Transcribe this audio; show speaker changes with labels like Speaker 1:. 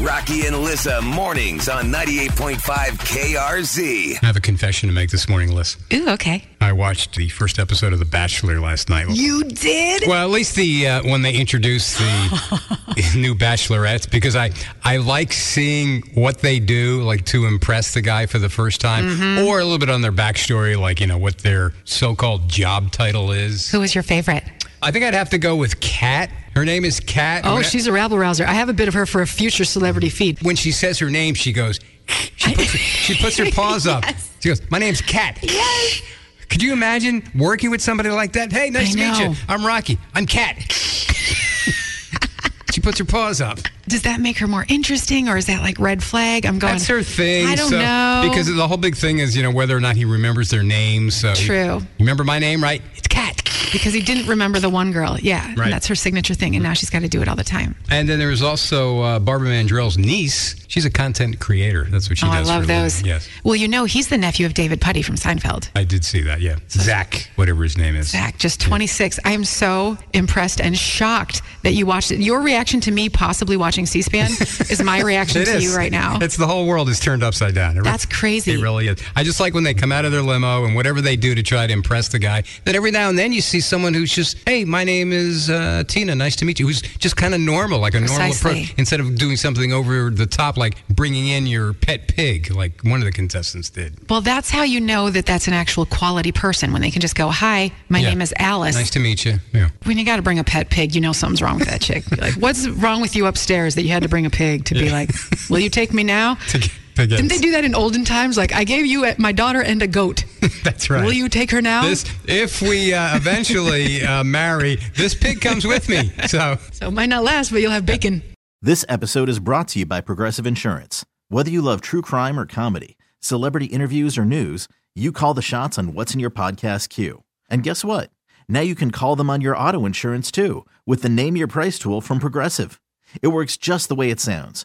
Speaker 1: Rocky and Alyssa mornings on 98.5 KRZ.
Speaker 2: I have a confession to make this morning, Liz.
Speaker 3: Ooh, okay.
Speaker 2: I watched the first episode of The Bachelor last night.
Speaker 3: You did?
Speaker 2: Well, at least the uh, when they introduced the new Bachelorettes, because I I like seeing what they do, like to impress the guy for the first time,
Speaker 4: Mm-hmm.
Speaker 2: or a little bit on their backstory, like you know what their so-called job title is.
Speaker 3: Who was your favorite?
Speaker 2: I think I'd have to go with Kat. Her name is Kat.
Speaker 4: Oh,
Speaker 2: When I-
Speaker 4: she's a rabble rouser. I have a bit of her for a future celebrity feed.
Speaker 2: when she says her name, she goes. She puts her, she puts her paws up. She goes, "My name's Kat." Yes. Could you imagine working with somebody like that? Hey, nice
Speaker 4: I
Speaker 2: to meet you.
Speaker 4: know.
Speaker 2: I'm Rocky. I'm Kat. she puts her paws up.
Speaker 3: Does that make her more interesting or is that like red flag? I'm going.
Speaker 2: That's her thing.
Speaker 3: I don't
Speaker 2: so,
Speaker 3: know.
Speaker 2: Because the whole big thing is, you know, whether or not he remembers their names. So he-
Speaker 3: True.
Speaker 2: remember my name, right? It's Kat.
Speaker 3: Because he didn't remember the one girl. Yeah. and
Speaker 2: Right.
Speaker 3: that's her signature thing. And now she's got to do it all the time.
Speaker 2: And then there was also uh, Barbara Mandrell's niece. She's a content creator. That's what she
Speaker 3: oh, I
Speaker 2: does. for
Speaker 3: love
Speaker 2: a living.
Speaker 3: those.
Speaker 2: Yes.
Speaker 3: Well, you know, he's the nephew of David Putty from Seinfeld.
Speaker 2: I did see that. Yeah. Zach, whatever his name is.
Speaker 3: Zach, just 26. I am so impressed and shocked that you watched it. Your reaction to me possibly watching C SPAN is my reaction
Speaker 2: It
Speaker 3: to
Speaker 2: is.
Speaker 3: you right now.
Speaker 2: It's the whole world is turned upside down. It re-
Speaker 3: That's crazy.
Speaker 2: It really is. I just like when they come out of their limo and whatever they do to try to impress the guy. Then every now and then you see someone who's just, hey, my name is uh, Tina. Nice to meet you. Who's just kind of normal, like a normal
Speaker 3: Precisely.
Speaker 2: approach, instead of doing something over the top, like bringing in your pet pig, like one of the contestants did.
Speaker 3: Well, that's how you know that that's an actual quality person when they can just go, Hi, my
Speaker 2: Yeah.
Speaker 3: name is Alice.
Speaker 2: Nice to meet you. Yeah.
Speaker 3: when you got to bring a pet pig, you know something's wrong with that chick. You're like, what's wrong with you upstairs that you had to bring a pig to be like, will you take me now?
Speaker 2: To get- to get-
Speaker 3: Didn't they do that in olden times? Like, I gave you a, my daughter and a goat.
Speaker 2: That's right.
Speaker 3: Will you take her now?
Speaker 2: This, if we uh, eventually uh, marry, this pig comes with me. So.
Speaker 3: so it might not last, but you'll have bacon.
Speaker 5: This episode is brought to you by Progressive Insurance. Whether you love true crime or comedy, celebrity interviews or news, you call the shots on what's in your podcast queue. And guess what? Now you can call them on your auto insurance too with the Name Your Price tool from Progressive. It works just the way it sounds.